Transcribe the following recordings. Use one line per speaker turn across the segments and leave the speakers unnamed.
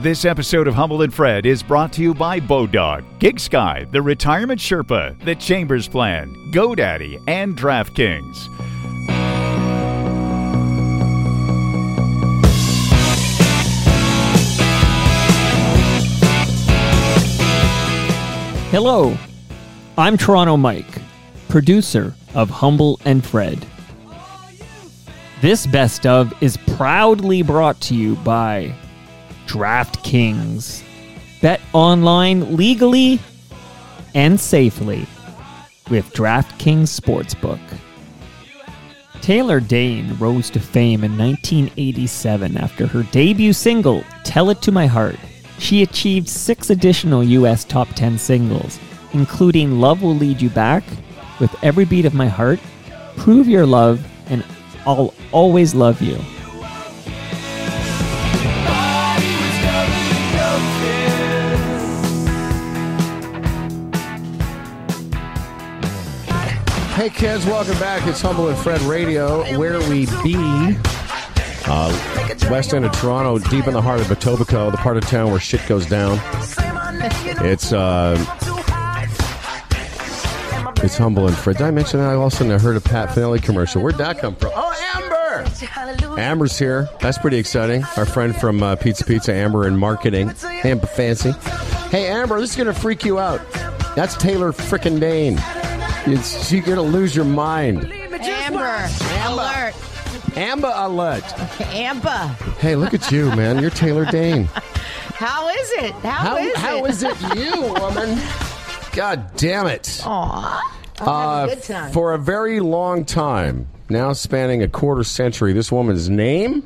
This episode of Humble and Fred is brought to you by Bodog, GigSky, The Retirement Sherpa, The Chambers Plan, GoDaddy, and DraftKings.
Hello, I'm Toronto Mike, producer of Humble and Fred. This best of is proudly brought to you by DraftKings. Bet online legally and safely with DraftKings Sportsbook. Taylor Dane rose to fame in 1987 after her debut single, Tell It to My Heart. She achieved six additional U.S. top 10 singles, including Love Will Lead You Back, With Every Beat of My Heart, Prove Your Love, and I'll Always Love You.
Hey kids, welcome back. It's Humble and Fred Radio, where we be. Uh, west end of Toronto, deep in the heart of Etobicoke, the part of town where shit goes down. It's uh, it's Humble and Fred. Did I mention that? I also heard a Pat Finelli commercial. Where'd that come from? Oh, Amber! Amber's here. That's pretty exciting. Our friend from uh, Pizza Pizza, Amber in marketing. Amber Fancy. Hey, Amber, this is going to freak you out. That's Taylor Frickin' Dane. It's, you're going to lose your mind.
Amber. Alert.
Amber alert.
Amber.
Hey, look at you, man. You're Taylor Dane.
How is it?
How,
How is
how
it?
is it you, woman? God damn it.
Have a
Uh,
good time.
For a very long time, now spanning a quarter century, this woman's name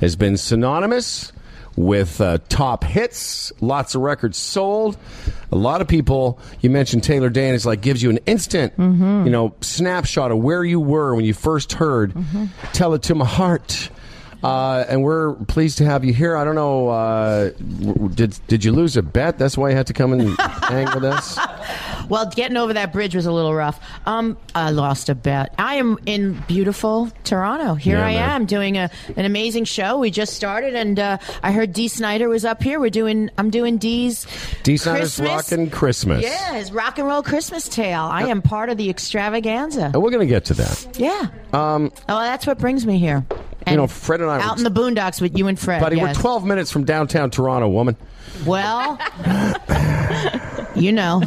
has been synonymous with uh, top hits, lots of records sold. A lot of people, you mentioned Taylor Dane, it's like gives you an instant,
Mm-hmm.
you know, snapshot of where you were when you first heard
Mm-hmm.
"Tell It to My Heart." Uh, and we're pleased to have you here. I don't know, uh, w- w- did did you lose a bet? That's why you had to come and hang with us.
well, getting over that bridge was a little rough. Um, I lost a bet. I am in beautiful Toronto. Here
Yeah,
I
man.
am doing a, an amazing show. We just started, and uh, I heard Dee Snyder was up here. We're doing. I'm doing Dee's.
D. Snyder's
Christmas.
rockin' Christmas.
Yeah, his rock and roll Christmas tale. I am part of the extravaganza.
And we're going to get to that.
Yeah. Um. Oh, that's what brings me here. And
you know, Fred and I were-
out in the boondocks with you and Fred.
Buddy,
yes.
we're 12 minutes from downtown Toronto, woman.
Well, you know,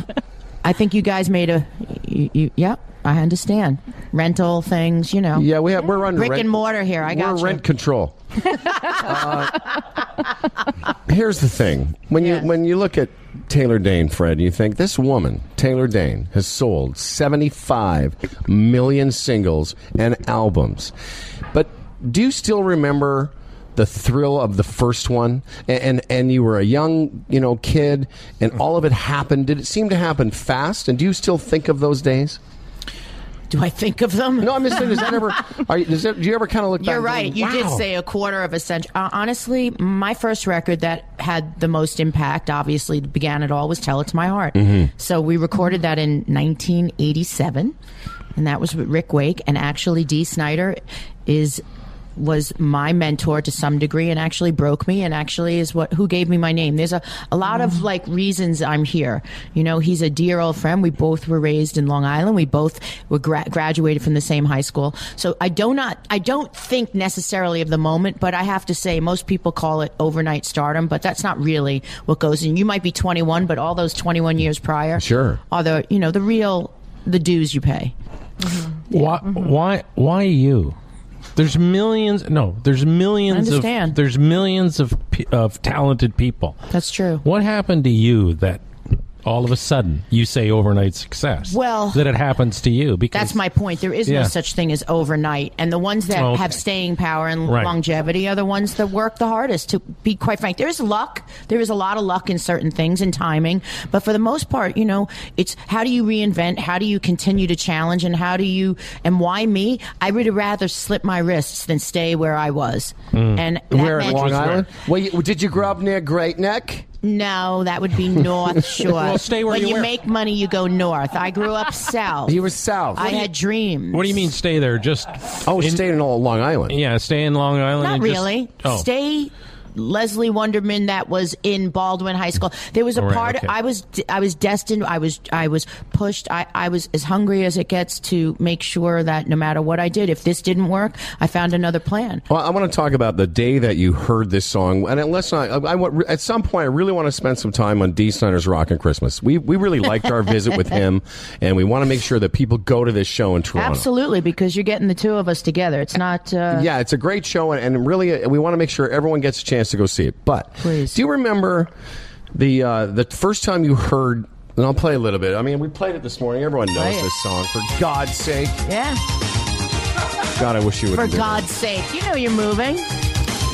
I think you guys made a. You, you, yeah, I understand. Rental things, you know.
Yeah, we have, we're under
Brick
rent,
and mortar here. I got
We're
you.
rent control. Uh, here's the thing: when
Yes.
you when you look at Taylor Dane, Fred, you think this woman, Taylor Dane, has sold 75 million singles and albums. But do you still remember? The thrill of the first one, and, and and you were a young, you know, kid, and all of it happened. Did it seem to happen fast? And do you still think of those days?
Do I think of them?
No, I'm just saying, does that ever? Are you, does that, do you ever kind of look?
You're
back
right.
and go,
You did
"Wow."
say a quarter of a century. Uh, honestly, my first record that had the most impact, obviously, began it all was "Tell It to My Heart."
Mm-hmm.
So we recorded that in 1987, and that was with Rick Wake. And actually, Dee Snyder is was my mentor to some degree, and actually broke me, and actually is what who gave me my name. There's a a lot of like reasons I'm here. You know, he's a dear old friend. We both were raised in Long Island. We both were gra- graduated from the same high school. So I do not, I don't think necessarily of the moment, but I have to say most people call it overnight stardom, but that's not really what goes in. You might be 21, but all those 21 years prior,
Sure.
are the you know the real the dues you pay.
Why?
Mm-hmm.
Why? Why you? There's millions. No, there's millions of.
understand.
There's millions of pe- of talented people.
That's true.
What happened to you that all of a sudden you say overnight success?
Well-
that it happens to you because
That's my point. There is
Yeah.
no such thing as overnight, and the ones that
Okay.
have staying power and
Right.
longevity are the ones that work the hardest. To be quite frank, there is luck. There is a lot of luck in certain things and timing, but for the most part, you know, it's how do you reinvent? How do you continue to challenge? And how do you? And why me? I would rather slip my wrists than stay where I was.
Mm.
And that
Where in
meant-
Long Island? Well, you, did you grow up near Great Neck?
No, that would be North Shore.
Well, stay where
when
you
you
were.
make money, you go north. I grew up south.
You were south.
I had dreams.
What do you mean stay there? Just
oh,
in-
stayed in all Long Island.
Yeah, stay in Long Island.
Not
and just-
really.
oh.
Stay Leslie Wonderman that was in Baldwin High School. There was a
All Oh, right,
part
okay.
I was I was destined. I was I was pushed. I, I was as hungry as it gets to make sure that no matter what I did, if this didn't work, I found another plan.
Well, I want to talk about the day that you heard this song, and let's not. I, I, want- at some point, I really want to spend some time on D. Snyder's Rockin' Christmas. We we really liked our visit with him, and we want to make sure that people go to this show in Toronto.
Absolutely, because you're getting the two of us together. It's not. Uh,
Yeah, it's a great show, and, and really, uh, we want to make sure everyone gets a chance to go see it. But
Please.
do you remember the uh, the first time you heard? And I'll play a little bit. I mean, we played it this morning. Everyone knows
it.
this song. For God's sake,
yeah.
God, I wish you would.
For God's sake, you know you're moving.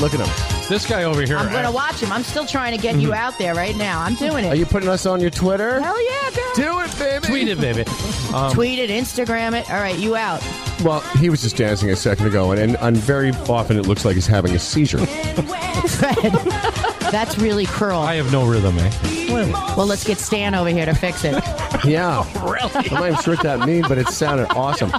look at him.
This guy over here.
I'm gonna watch him. I'm still trying to get
Mm-hmm.
you out there right now. I'm doing
Are
it.
you putting us on your Twitter?
Hell yeah, girl.
Do it, baby.
Tweet it, baby. Um,
Tweet it, Instagram it. All right, you out.
Well, he was just dancing a second ago, and, and, and very often it looks like he's having a seizure.
That's really cruel.
I have no rhythm, eh?
Well, let's get Stan over here to fix it.
Yeah. really? I'm not even sure what that means, but it sounded awesome.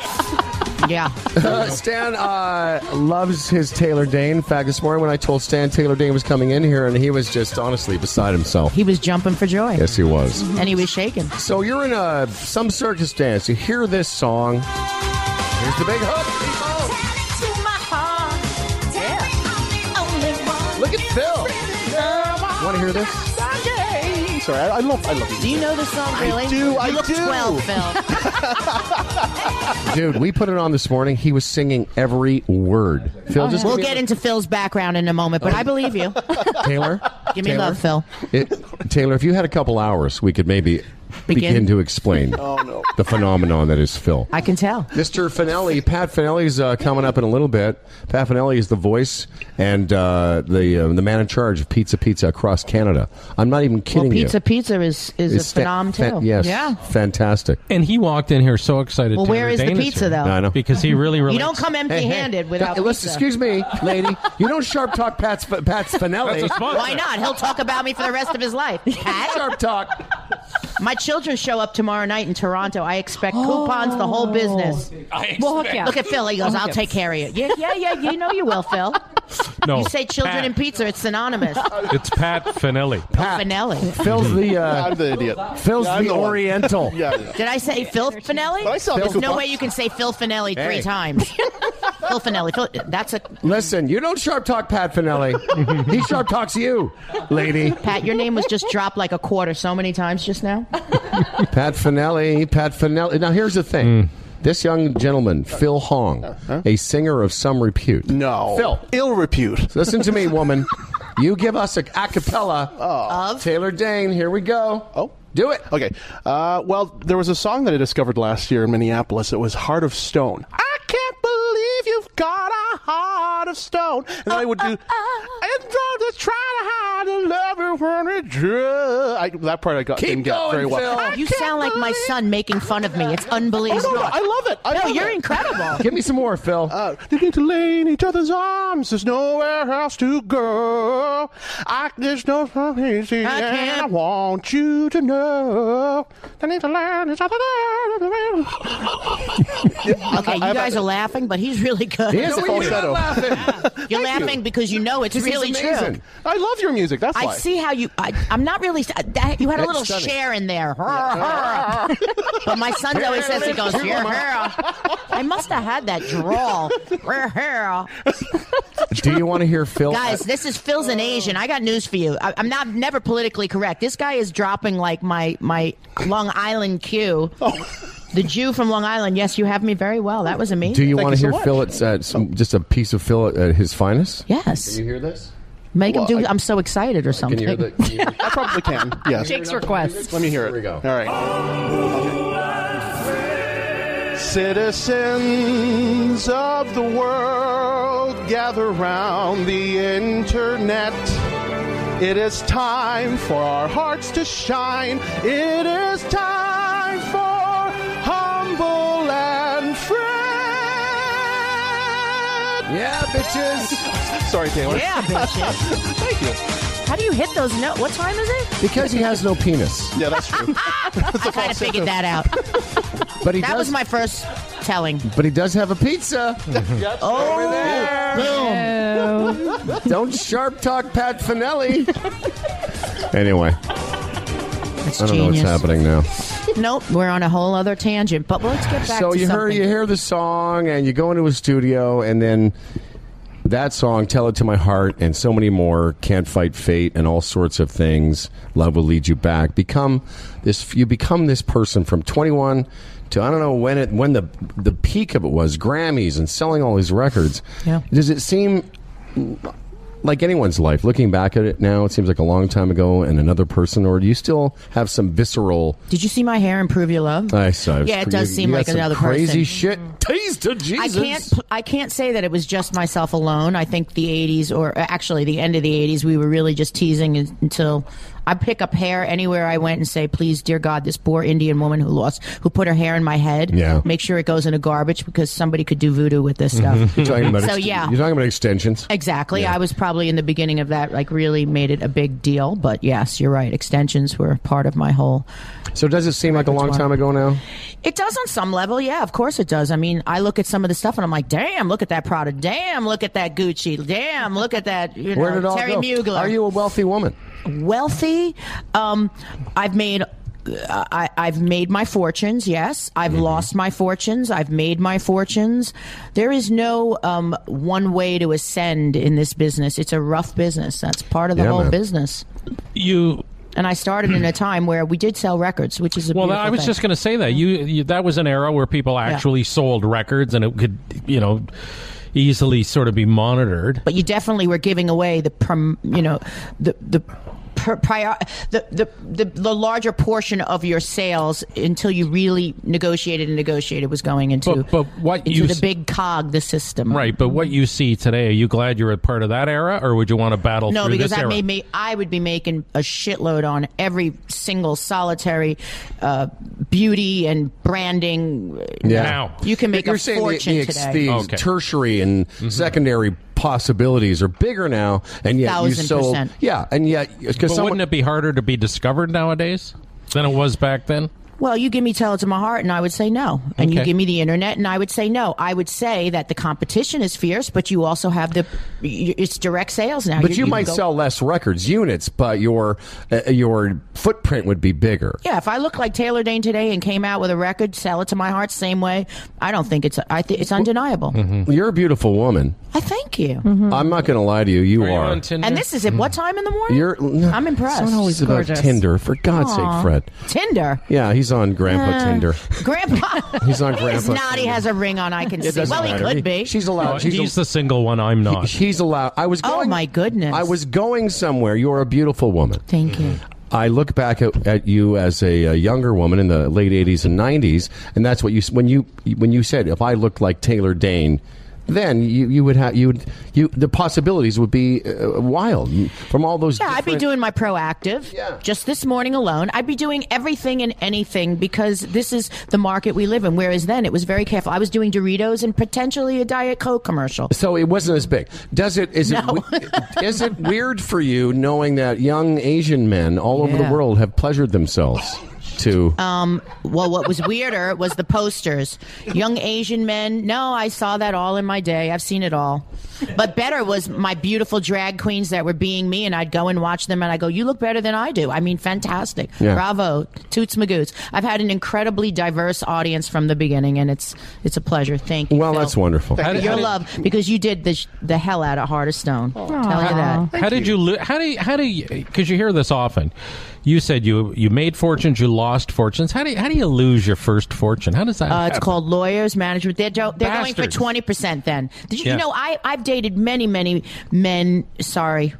Yeah.
Uh, Stan uh, loves his Taylor Dane. In fact, this morning when I told Stan Taylor Dane was coming in here, and he was just honestly beside himself.
He was jumping for joy.
Yes, he was.
And he was shaking.
So you're in a some circus dance. You hear this song. Here's the big hook. Look at Phil. Want to hear this? Sorry, I, I love I love you.
Do you know the song, really?
do,
You
I
look
do.
12, Phil.
Dude, we put it on this morning. He was singing every word. Phil, just
We'll
give me
get into Phil's background in a moment, but I believe you.
a- Taylor.
Give me
Taylor?
love, Phil.
It, Taylor, if you had a couple hours, we could maybe begin,
Begin?
to explain the phenomenon that is Phil.
I can tell.
Mr. Finelli, Pat Finelli's uh, coming up in a little bit. Pat Finelli is the voice and uh, the uh, the man in charge of Pizza Pizza across Canada. I'm not even
Well,
kidding
Pizza
you.
Pizza is, is
It's
a
fa-
phenom,
fa-
too.
yes,
Yeah.
fantastic.
And he walked in here so excited.
Well,
Taylor
where is the
Dane
pizza,
here.
though?
I know.
Because he really
You
relates.
don't come empty handed without
Hey, listen,
pizza.
excuse me, lady. You don't sharp talk Pat's Pat's Finelli.
Why not? He'll talk about me for the rest of his life. Pat,
sharp talk.
my children show up tomorrow night in Toronto. I expect coupons, the whole business.
Oh.
We'll hook you up.
Look at Phil. He goes, I'll take care of you. Yeah, yeah, yeah. You know you will, Phil.
No,
You say children
Pat.
and pizza, it's synonymous.
It's Pat Finelli.
Pat.
Finelli.
Phil's the uh,
I'm the idiot.
Phil's
Yeah, I'm
the
the one.
Oriental.
Yeah.
Did I say Phil Finelli?
But I saw
There's
Michael
no
Fox.
way you can say Phil Finelli
Hey.
three times. Phil Finelli. Phil, that's a
Listen, you don't sharp talk Pat Finelli. he sharp talks you, lady.
Pat. Your name was just dropped like a quarter so many times just now.
Pat Finelli, Pat Finelli. Now, here's the thing. This young gentleman, Phil Hong, a singer of some repute.
Uh, No.
Phil.
Ill repute.
Listen to me, woman. You give us a acapella.
Of
Taylor Dane, here we go.
Oh.
Do it.
Okay. Uh, well, there was a song that I discovered last year in Minneapolis. It was Heart of Stone. I can't believe you've got a heart of stone. And then I
Uh,
would do, and try to hide a lover when it drew. I, that part I got,
Keep
didn't get
going,
very well.
Phil.
Oh, you sound like my son making fun of me. It's unbelievable.
No, no, I love it. I
No,
love
you're
it.
incredible.
Give me some more, Phil.
Uh, you need to lay in each other's arms. There's nowhere else to go. I, there's no so easy,
I can't-
and I want you to know. They need to learn each other.
Okay, you guys are laughing, but he's really good.
He is
No, we do not
falsetto.
You're laughing because you know it's
This is
really
amazing.
true.
I love your music. That's
I
why.
see how you. I, I'm not really. uh, That, you had a
That's
little
stunning.
share in there, but my son always says he goes. "Your hair." I must have had that drawl. Your hair.
Do you want to hear Phil? Uh,
Guys, this is Phil's an Asian. I got news for you. I, I'm not never politically correct. This guy is dropping like my my Long Island Q, the Jew from Long Island. Yes, you have me very well. That was
Oh. do
amazing.
you
Thank
want to
you so
hear
much. Oh.
Phil at uh, some, just a piece of Phil at uh, his finest?
yes,
hear this?
make him
Well,
do.
I-
I, am so excited or something.
Can you hear the? Can you hear-
I probably can. Yes.
Jake's request.
Let me hear it.
Here we go.
All right. Citizens of the world, gather round the internet. It is time for our hearts to shine. It is time for humble and friend.
yeah, bitches.
Sorry, Taylor.
Yeah, bitches.
Thank you.
How do you hit those notes? What time is it?
Because he has no penis,
Yeah, that's true.
I kind of figured that out.
but he
That
does.
was my first telling.
But he does have a pizza.
Yes,
Over
over there.
there. Don't sharp talk Pat Finelli. anyway,
That's
I don't know what's
genius.
happening now.
Nope, we're on a whole other tangent. But let's get back
so
to
you hear
something.
you hear the song and you go into a studio and then that song tell it to my heart and so many more can't fight fate and all sorts of things love will lead you back become this you become this person from 21 to i don't know when it when the the peak of it was grammys and selling all these records
Yeah.
does it seem like anyone's life looking back at it now it seems like a long time ago and another person or do you still have some visceral
Did you see my hair improve your love?
I saw.
Yeah, it does
You-
seem
you got
like
some
another
crazy
person. Mm.
shit. Taste to
I
Jesus.
can't. pl- I can't say that it was just myself alone. I think the '80s, or uh, actually the end of the '80s, we were really just teasing un- until I pick up hair anywhere I went and say, "Please, dear God, this poor Indian woman who lost, who put her hair in my head,
Yeah.
make sure it goes in a garbage because somebody could do voodoo with this stuff."
You're talking about
So,
ext-
yeah.
You're talking about extensions.
Exactly. I was probably in the beginning of that, like really made it a big deal. But yes, you're right. Extensions were part of my whole.
So does it seem like a long
one?
time ago now?
It does on some level. Yeah, of course it does. I mean, I look at some of the stuff and I'm like, damn, look at that Prada. Damn, look at that Gucci. Damn, look at that, you
Where
know,
did it all
Terry
go?
Mugler.
Are you a wealthy woman?
wealthy? Um, I've made. I, I've made my fortunes. Yes, I've
Mm-hmm.
lost my fortunes. I've made my fortunes. There is no um, one way to ascend in this business. It's a rough business. That's part of the
Yeah,
whole
man.
business.
You
And I started in a time where we did sell records, which is a
well,
beautiful
I was
thing.
just going to say that you, you that was an era where people actually sold records and it could you know easily sort of be monitored.
but you definitely were giving away the prom, you know the the per, prior the, the the the larger portion of your sales until you really negotiated and negotiated was going into
But- but what
into
you
the
s-
big cog the system
Right, but what you see today, are you glad you're a part of that era, or would you want to battle
no
through
because
this
that
era?
made me i would be making a shitload on every single solitary uh, beauty and branding
Yeah.
Now.
you can make
You're
a
saying the-
fortune
the, ex-
today
the
Okay. Mm-hmm.
tertiary and secondary possibilities are bigger now, and yet you
Thousand
sold.
percent.
Yeah, and yet
but
because someone
wouldn't it be harder to be discovered nowadays than it was back then?
Well, you give me tell it to my heart, and I would say no. And you
Okay.
give me the internet, and I would say no. I would say that the competition is fierce, but you also have the y- it's direct sales now.
But you, might
go-
sell less records units, but your uh, your footprint would be bigger.
Yeah, if I look like Taylor Dane today and came out with a record, sell it to my heart, same way. I don't think it's I think it's undeniable.
mm-hmm.
You're a beautiful woman.
I thank you.
I'm not going to lie to you. You are.
And this is at
Mm.
what time in the morning?
You're.
I'm impressed.
It's not always about
Gorgeous.
Tinder, for God's sake, Fred.
Tinder.
Yeah, he's on Grandpa
Uh,
Tinder.
Grandpa.
He's on Grandpa.
He's not. He
Tinder.
has a ring on. I can
It
see.
doesn't
Well,
matter.
he could be.
She's allowed. she's,
Oh, he's the single one. I'm not.
she's allowed. I was.
Oh,
Going,
my goodness.
I was going somewhere. You're a beautiful woman.
Thank you.
I look back at, at you as a, uh younger woman in the late '80s and '90s, and that's what you when you when you said if I looked like Taylor Dane. Then you, you would have you would you the possibilities would be uh, wild from all those.
Yeah, I'd be
different-
doing my proactive.
Yeah.
Just this morning alone, I'd be doing everything and anything because this is the market we live in. Whereas then it was very careful. I was doing Doritos and potentially a Diet Coke commercial.
So it wasn't as big. Does it? Is it? we- is it weird for you knowing that young Asian men all over the
Yeah. Um,
world have pleasured themselves to?
Well, what was weirder was the posters. Young Asian men. No, I saw that all in my day. I've seen it all. But better was my beautiful drag queens that were being me, and I'd go and watch them, and I go, "You look better than I do." I mean, fantastic.
Yeah.
Bravo, toots magoots. I've had an incredibly diverse audience from the beginning, and it's it's a pleasure. Thank you.
well,
Phil.
that's wonderful.
How did-
your
how did-
love because you did the sh- the hell out of Heart of Stone. Tell you that.
how did you, lo- how do you, how do you because you hear this often you said you you made fortunes you lost fortunes how do you, how do you lose your first fortune how does that
Uh, it's
happen?
called lawyers management. They're do- they're going
Bastards.
for twenty percent. Then did you,
Yeah.
you know I I've dated many many men. Sorry,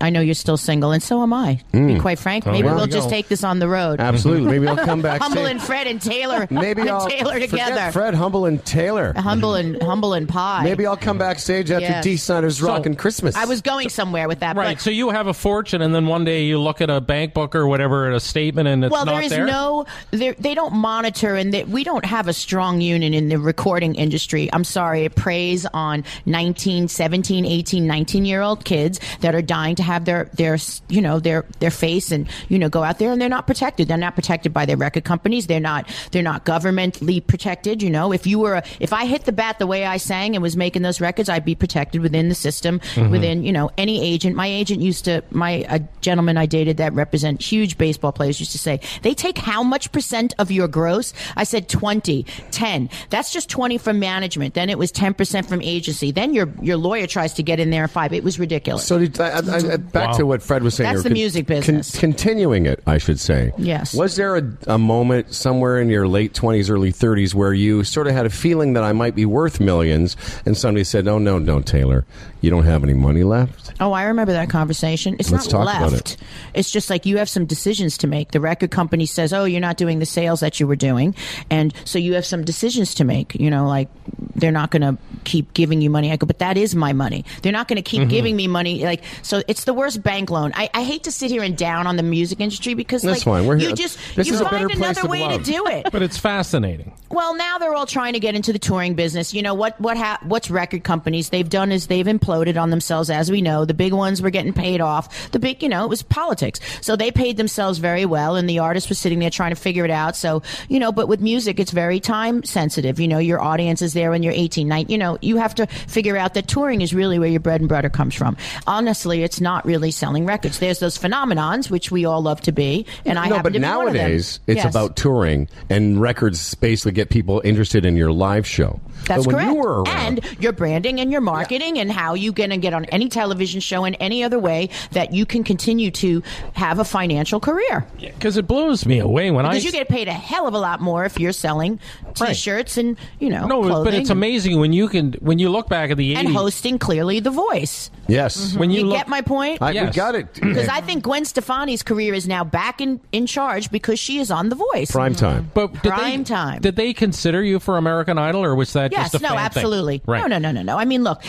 I know you're still single, and so am I. To be quite frank, maybe
there
we'll
you
just
go.
take this on the road.
Absolutely. Maybe I'll come back.
Humble
say-
and Fred and Taylor,
Uh, maybe
and
I'll
Taylor
forget
together.
Fred Humble and Taylor.
Humble and humble and pie.
Maybe I'll come backstage after
Yes.
D. Snyder's
So-
Rockin' Christmas.
I was going somewhere with that. but-
right so you have a fortune and then one day you look at a bank book or whatever at a statement and it's
well,
not
there is
there
no there, they don't monitor, and they, we don't have a strong union in the recording industry. I'm sorry, it preys on 19, 17, 18, 19 year old kids that are dying to have their their you know their their face and you know go out there and they're not protected. They're not protected by their record companies. They're not they're not governmentally protected. You know, if you were a, if I hit the bat the way I sang and was making those records, I'd be protected within the system, within you know any agent. My agent used to my a gentleman I dated that represent huge baseball players used to say they take how much percent of your gross? I said 20, 10. That's just 20 from management. Then it was 10% from agency. Then your your lawyer tries to get in there at five. It was ridiculous.
So did, I, I, I, back to what Fred was saying.
That's
or
the music business.
continuing it, I should say.
Yes.
Was there a, a moment somewhere in your late twenties, early thirties, where you sort of had a feeling that I might be worth millions, and somebody said, "Oh no, no, Taylor, you don't have any money left."
Oh, I remember that conversation. It's
Let's
not
talk
left.
about it.
It's just like you have some decisions to make. The record company says, "Oh, you're not doing the sales that you were doing," and so you have some decisions to make. You know, like they're not going to keep giving you money. I go, "But that is my money. They're not going to keep giving me money." Like, so it's the worst bank loan. I, I hate to sit here and down on the music industry because
That's
like,
fine. We're
you
here.
just
This
you
is a better
find
place
another
than
way
love.
to do it.
But it's fascinating.
Well, now they're all trying to get into the touring business. You know what? What ha- what's record companies they've done is they've imploded on themselves. As we know, the big ones were getting paid off. The big, you know, it was politics. So they paid themselves very well, and the artist was sitting there trying to figure it out. So you know, but with music, it's very time sensitive. You know, your audience is there when you're 18, 19. You know, you have to figure out that touring is really where your bread and butter comes from. Honestly, it's not really selling records. There's those phenomenons which we all love to be, and I
no,
happen
but
to be one of them.
nowadays it's
Yes.
about touring and records basically get people interested in your live show.
That's
but when
correct.
you were around,
and your branding and your marketing and how you going to get on any television show in any other way that you can continue to have a financial career.
Because it blows me away when I.
Because you get paid a hell of a lot more if you're selling
Right.
T-shirts and you know
no, but
clothing
it's amazing when you can when you look back at the 80s.
and hosting clearly The Voice.
yes,
when you,
You,
look,
get my point?
I, we
Yes.
got it.
Because I think Gwen Stefani's career is now back in in charge because she is on The Voice.
prime time.
But did
Prime
they,
time.
Did they consider you for American Idol, or was that
Yes,
just a
no,
fan thing?
absolutely.
Right.
No, no, no, no, no. I mean, look,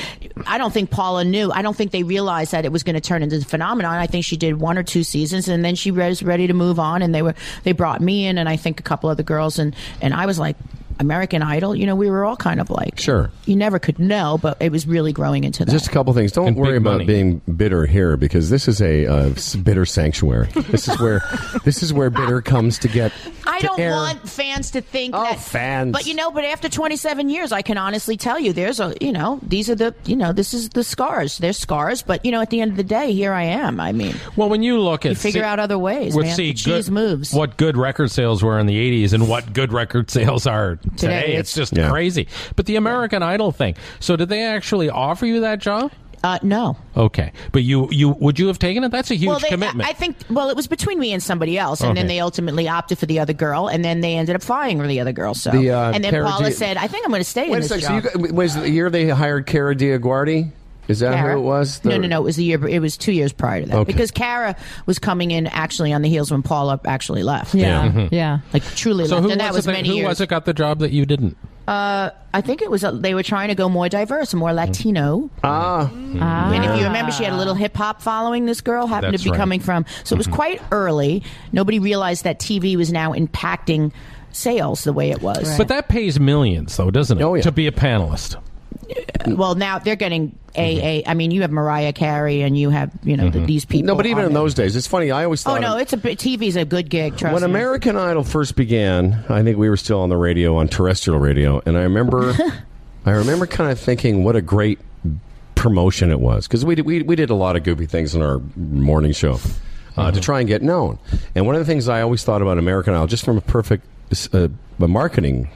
I don't think Paula knew. I don't think they realized that it was going to turn into the phenomenon. I think she did one or two seasons, and then she was ready to move on. And they were they brought me in, and I think a couple other girls, and and I was like. American Idol, you know, we were all kind of like
Sure.
You never could know, but it was really growing into that.
Just a couple things. Don't
And
worry
big
about
money.
being bitter here because this is a uh, s- bitter sanctuary. This is where this is where bitter comes to get.
I
to
don't
air.
want fans to think
Oh,
that
fans.
But you know, but after 27 years, I can honestly tell you, there's a you know, these are the you know, this is the scars. There's scars, but you know, at the end of the day, here I am. I mean,
Well, when you look at
figure out other ways,
Well,
man.
see
The cheese
good-
moves.
What good record sales were in the '80s and what good record sales are today,
Today,
it's
it's-
just
Yeah.
crazy. But the American Idol thing. So, did they actually offer you that job?
uh, no,
Okay, but you you would you have taken it? That's a huge
well, they,
commitment.
I, I think. Well, it was between me and somebody else, and then
Okay.
they ultimately opted for the other girl, and then they ended up firing the other girl. So,
The, uh,
and then
Cara
Paula
Di-
said, "I think I'm going to stay
Wait
in
a
this
second. So you
job."
got, was it the year they hired Cara Diaguardi? Is that
Cara.
who it was? The-
no, no, no. It was the year. It was two years prior to that
Okay.
because Kara was coming in actually on the heels when Paula actually left.
Yeah. Yeah.
like truly
Mm-hmm. so
left,
who
and that
was,
was
it that,
many
who
years.
was it got the job that you didn't?
I think it was uh, they were trying to go more diverse, more Latino. Ah, and if you
Ah.
remember, she had a little hip hop following. This girl happened
That's
to be
right. Mm-hmm.
coming from, so it was quite early. Nobody realized that TV was now impacting sales the way it was.
But that pays millions, though, doesn't it?
Oh, yeah.
To be a panelist.
well, now they're getting a
Mm-hmm.
a. I mean, you have Mariah Carey, and you have you know the, these people.
No, but even
on
in
there.
those days, it's funny. I always thought
Oh no,
of-
it's a bit- TV's a good gig. Trust
when
me.
American Idol first began, I think we were still on the radio, on terrestrial radio, and I remember, I remember kind of thinking, what a great promotion it was because we did, we we did a lot of goofy things in our morning show uh, to try and get known. And one of the things I always thought about American Idol, just from a perfect uh, a marketing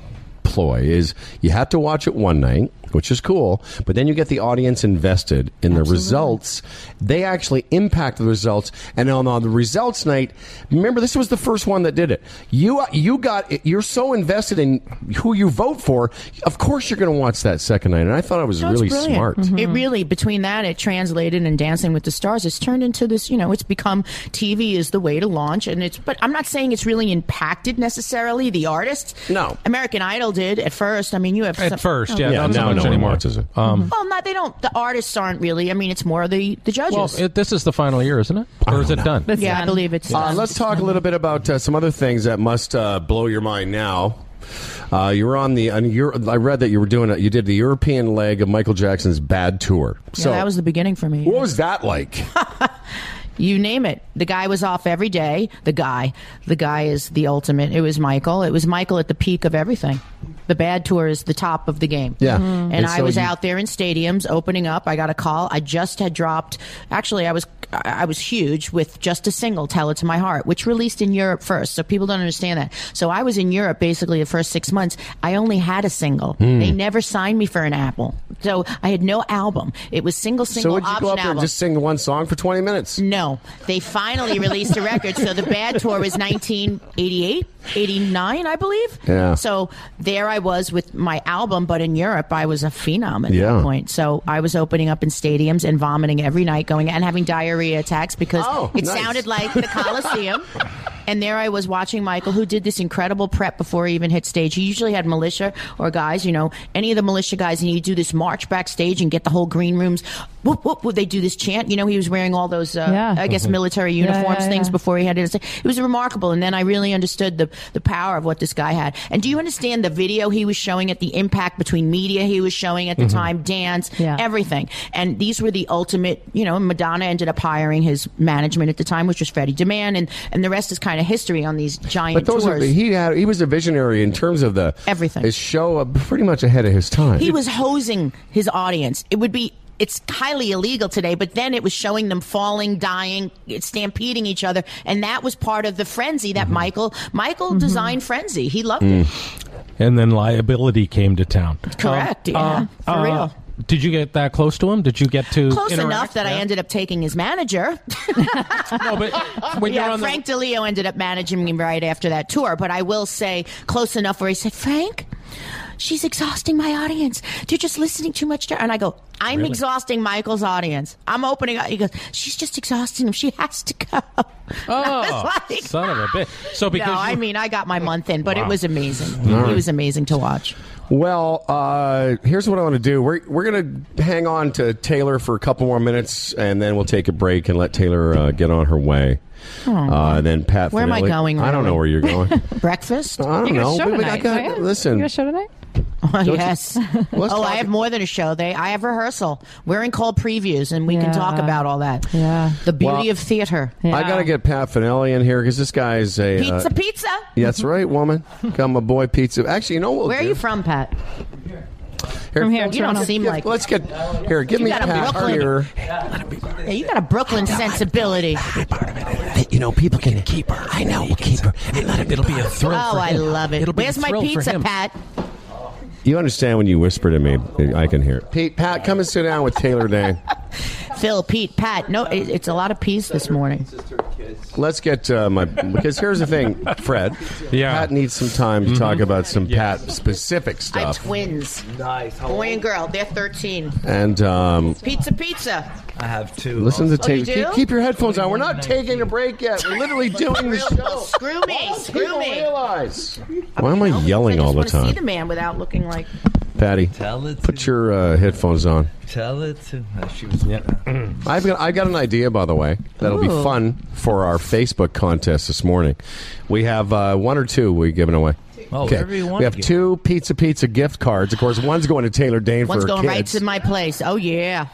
ploy, is you had to watch it one night. Which is cool, but then you get the audience invested in the results. They actually impact the results, and on, on the results night, remember this was the first one that did it. You you got you're so invested in who you vote for. Of course, you're going to watch that second night, and I thought it was
No, it's
really
brilliant. Mm-hmm.
smart.
It really between that it translated and Dancing with the Stars it's turned into this. You know, it's become TV is the way to launch, and it's. But I'm not saying it's really impacted necessarily the artists.
No.
American Idol did at first. I mean, you have
At
some- Oh,
first, yeah,
Yeah,
not
now
so much
no one
anymore.
watches it.
Um,
Well, not they don't. The artists aren't really. I mean, it's more the the judges.
well, it, this is the final year, isn't it? Or is it done?
That's
yeah, I
done.
believe it's. um,
Uh, let's talk a little bit about uh, some other things that must uh, blow your mind now. Uh, you were on the. And you're, I read that you were doing it. You did the European leg of Michael Jackson's Bad Tour.
yeah,
So
that was the beginning for me.
What was that like?
You name it. The guy was off every day. The guy. The guy is the ultimate. It was Michael. It was Michael at the peak of everything. The bad tour is the top of the game. Mm-hmm.
Yeah. Mhm.
And,
And
I
so
was
you-
out there in stadiums opening up. I got a call. I just had dropped actually I was I was huge with just a single Tell It to My Heart, which released in Europe first. So people don't understand that. So I was in Europe basically the first 6 months. I only had a single.
Hmm.
They never signed me for an apple. So I had no album. It was single
So
single
would you
option Mm,
go up there and
album.
just sing one song for twenty minutes?
No, they finally released a record. So the Bad Tour was 1988, 89, I believe.
Yeah.
So there I was with my album, but in Europe I was a phenom at
Yeah.
that point. So I was opening up in stadiums and vomiting every night, going and having diarrhea attacks because
Oh,
it
nice.
sounded like the Coliseum. And there I was watching Michael, who did this incredible prep before he even hit stage. He usually had militia or guys, you know, any of the militia guys, and he'd do this march backstage and get the whole green rooms. Whoop, whoop, whoop. They do this chant. You know, he was wearing all those, uh,
Yeah. Mm-hmm.
I guess, military uniforms,
yeah,
things
yeah.
before he had it. It was remarkable. And then I really understood the, the power of what this guy had. And do you understand the video he was showing at the impact between media he was showing at the
Mm-hmm.
time, dance,
Yeah.
everything. And these were the ultimate, you know, Madonna ended up hiring his management at the time, which was Freddie Demand, and, and the rest is kind of history on these giant
But those
tours.
are the, he had he was a visionary in terms of the
Everything.
His show uh, pretty much ahead of his time.
he was hosing his audience. It would be it's highly illegal today, but then it was showing them falling, dying, stampeding each other, and that was part of the frenzy
Mm-hmm.
that Michael Michael designed frenzy. He loved it.
and then liability came to town.
Correct, yeah, for
uh,
real.
Did you get that close to him? Did you get to
Close
interact?
enough that I
Yeah.
ended up taking his manager.
No, but when you're
yeah,
on
Frank DeLeo ended up managing me right after that tour, but I will say close enough where he said, Frank, she's exhausting my audience. They're just listening too much to her. And I go, I'm exhausting Michael's audience. I'm opening up. He goes, she's just exhausting him. She has to go.
the oh,
was like-
son of a bitch. So
No,
because you-
I mean, I got my month in, but
Wow.
it was amazing. It was amazing to watch.
Well, uh, here's what I want to do. We're, we're going to hang on to Taylor for a couple more minutes, and then we'll take a break and let Taylor uh, get on her way. Uh, and then Pat.
Oh. Where am I
Finelli-
going,
I don't
really?
know where you're going.
Breakfast?
I don't
You got
know.
a show
Wait, wait, I
tonight.
got-
right?
listen.
You got a show tonight?
yes.
Let's
oh,
talk-
I have more than a show. They, I have rehearsal. We're in cold previews, and we can
Yeah.
talk about all that.
Yeah.
The beauty
Well-
of theater.
I got to get Pat Finelli in here because this guy's a. uh,
Pizza, pizza.
yeah, that's right, woman. Got my boy pizza. Actually, you know what? we'll
Where are
do?
you from, Pat?
Here,
From here,
You don't
Toronto.
seem
give-
like
Let's get here. Give
You
me
got a
Pat
Brooklyn-
here.
Yeah, you got a Brooklyn sensibility.
You know, people can keep her. I know, we'll keep her. And let it, it'll be a
Oh,
thrill.
I love it.
It'll be
Where's
a
my
thrill for
pizza,
him.
Pat?
You understand when you whisper to me? I can hear it. Pete, Pat, come and sit down with Taylor Day.
Phil, Pete, Pat. No, it, it's a lot of peas this morning.
Let's get uh, my because here's the thing, Fred.
Yeah.
Pat needs some time to talk
Mm-hmm.
about some Pat specific
I have
stuff.
twins, boy and girl. They're thirteen.
and um,
Pizza, pizza.
I have two.
listen to the
Oh, you
tape.
do?
Keep, keep your headphones on. We're not taking a break yet. We're literally doing the show.
Screw me, screw
People
me.
realize. Why am I yelling
I just
all the
want To see
time,
the man without looking like.
Patty?
Tell it
Put
to-
your uh, headphones on.
Tell it to. Uh, she was.
I've got I got an idea, by the way. That'll be
Ooh.
fun for our Facebook contest this morning. We have uh, one or two we're giving away.
Oh, whatever you
we
want to
have
give.
two pizza pizza gift cards. Of course, one's going to Taylor Dane
One's
for her
going right
kids.
to my place. Oh yeah,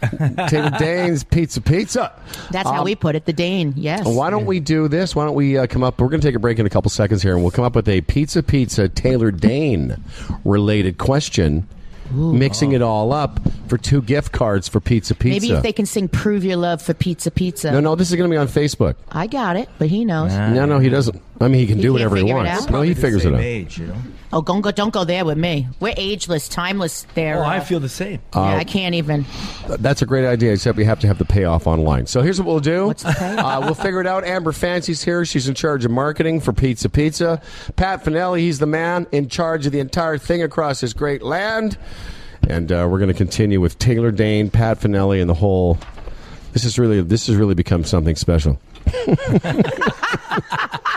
Taylor Dane's Pizza Pizza.
that's how
Um,
we put it. The Dane. Yes.
Why don't we do this? Why don't we uh, come up? We're going to take a break in a couple seconds here, and we'll come up with a Pizza Pizza Taylor Dane related question, mixing it all up for two gift cards for Pizza Pizza.
Maybe if they can sing "Prove Your Love" for Pizza, Pizza.
no, no, this is going to be on Facebook.
I got it, but he knows.
No, no, he doesn't. I mean, he can do
can't
whatever he
figure it
wants.
out?
No, he figures it out.
Age, you know?
Oh, don't go, don't go there with me. We're ageless, timeless. There.
Oh,
uh,
I feel Oh. the same.
yeah, I can't even.
That's a great idea, except we have to have the payoff online. So here's what we'll do.
What's the payoff?
Uh, we'll figure it out. Amber Fancy's here. She's in charge of marketing for Pizza Pizza. Pat Finelli, he's the man in charge of the entire thing across this great land. And uh, we're going to continue with Taylor Dane, Pat Finelli, and the whole. This is really this has really become something special.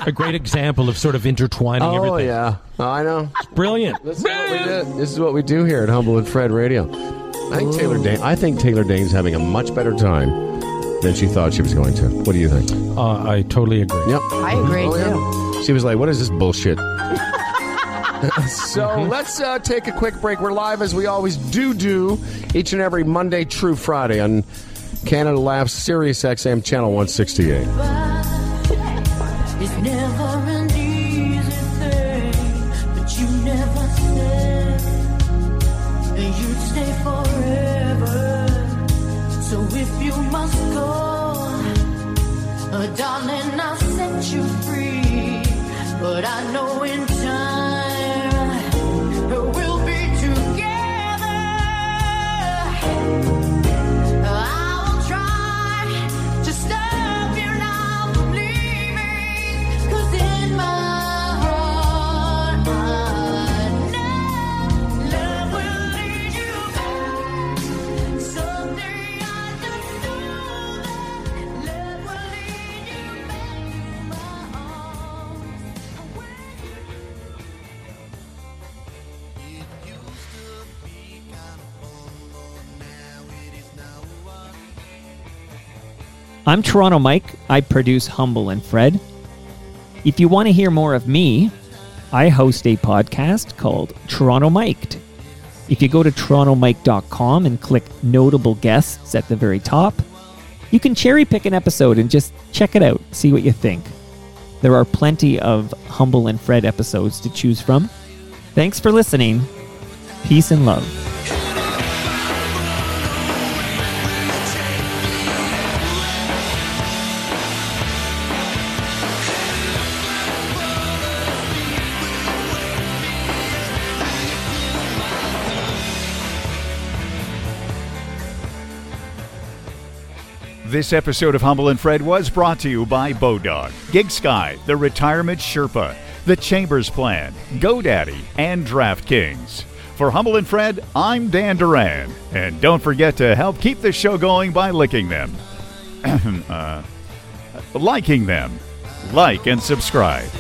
a great example of sort of intertwining
Oh
everything.
yeah, I know.
Brilliant.
This is, what we do. This is what we do here at Humble and Fred Radio. I think Taylor Dane. I think Taylor Dane's having a much better time than she thought she was going to. What do you think?
Uh, I totally agree.
Yep.
I agree
Oh,
too.
yeah. She was like, "What is this bullshit?" so let's uh, take a quick break. We're live as we always do do each and every Monday, True Friday on Canada Laughs, Sirius XM, Channel 168.
It's never an easy thing, but you never said that you'd stay forever. So if you must go, uh, darling, I'll set you free. But I know in time we'll be together. I will try to stop you now from leaving. 'Cause in my heart, I know love will lead you back. Someday I just know that love will lead you back to my arms.
I'm Toronto Mike. I produce Humble and Fred. If you want to hear more of me, I host a podcast called Toronto Miked. If you go to torontomike.com and click notable guests at the very top, you can cherry pick an episode and just check it out, see what you think. There are plenty of Humble and Fred episodes to choose from. Thanks for listening. Peace and love.
This episode of Humble and Fred was brought to you by Bodog, GigSky, The Retirement Sherpa, The Chambers Plan, GoDaddy, and DraftKings. For Humble and Fred, I'm Dan Duran. And don't forget to help keep the show going by licking them. uh, liking them. Like and subscribe.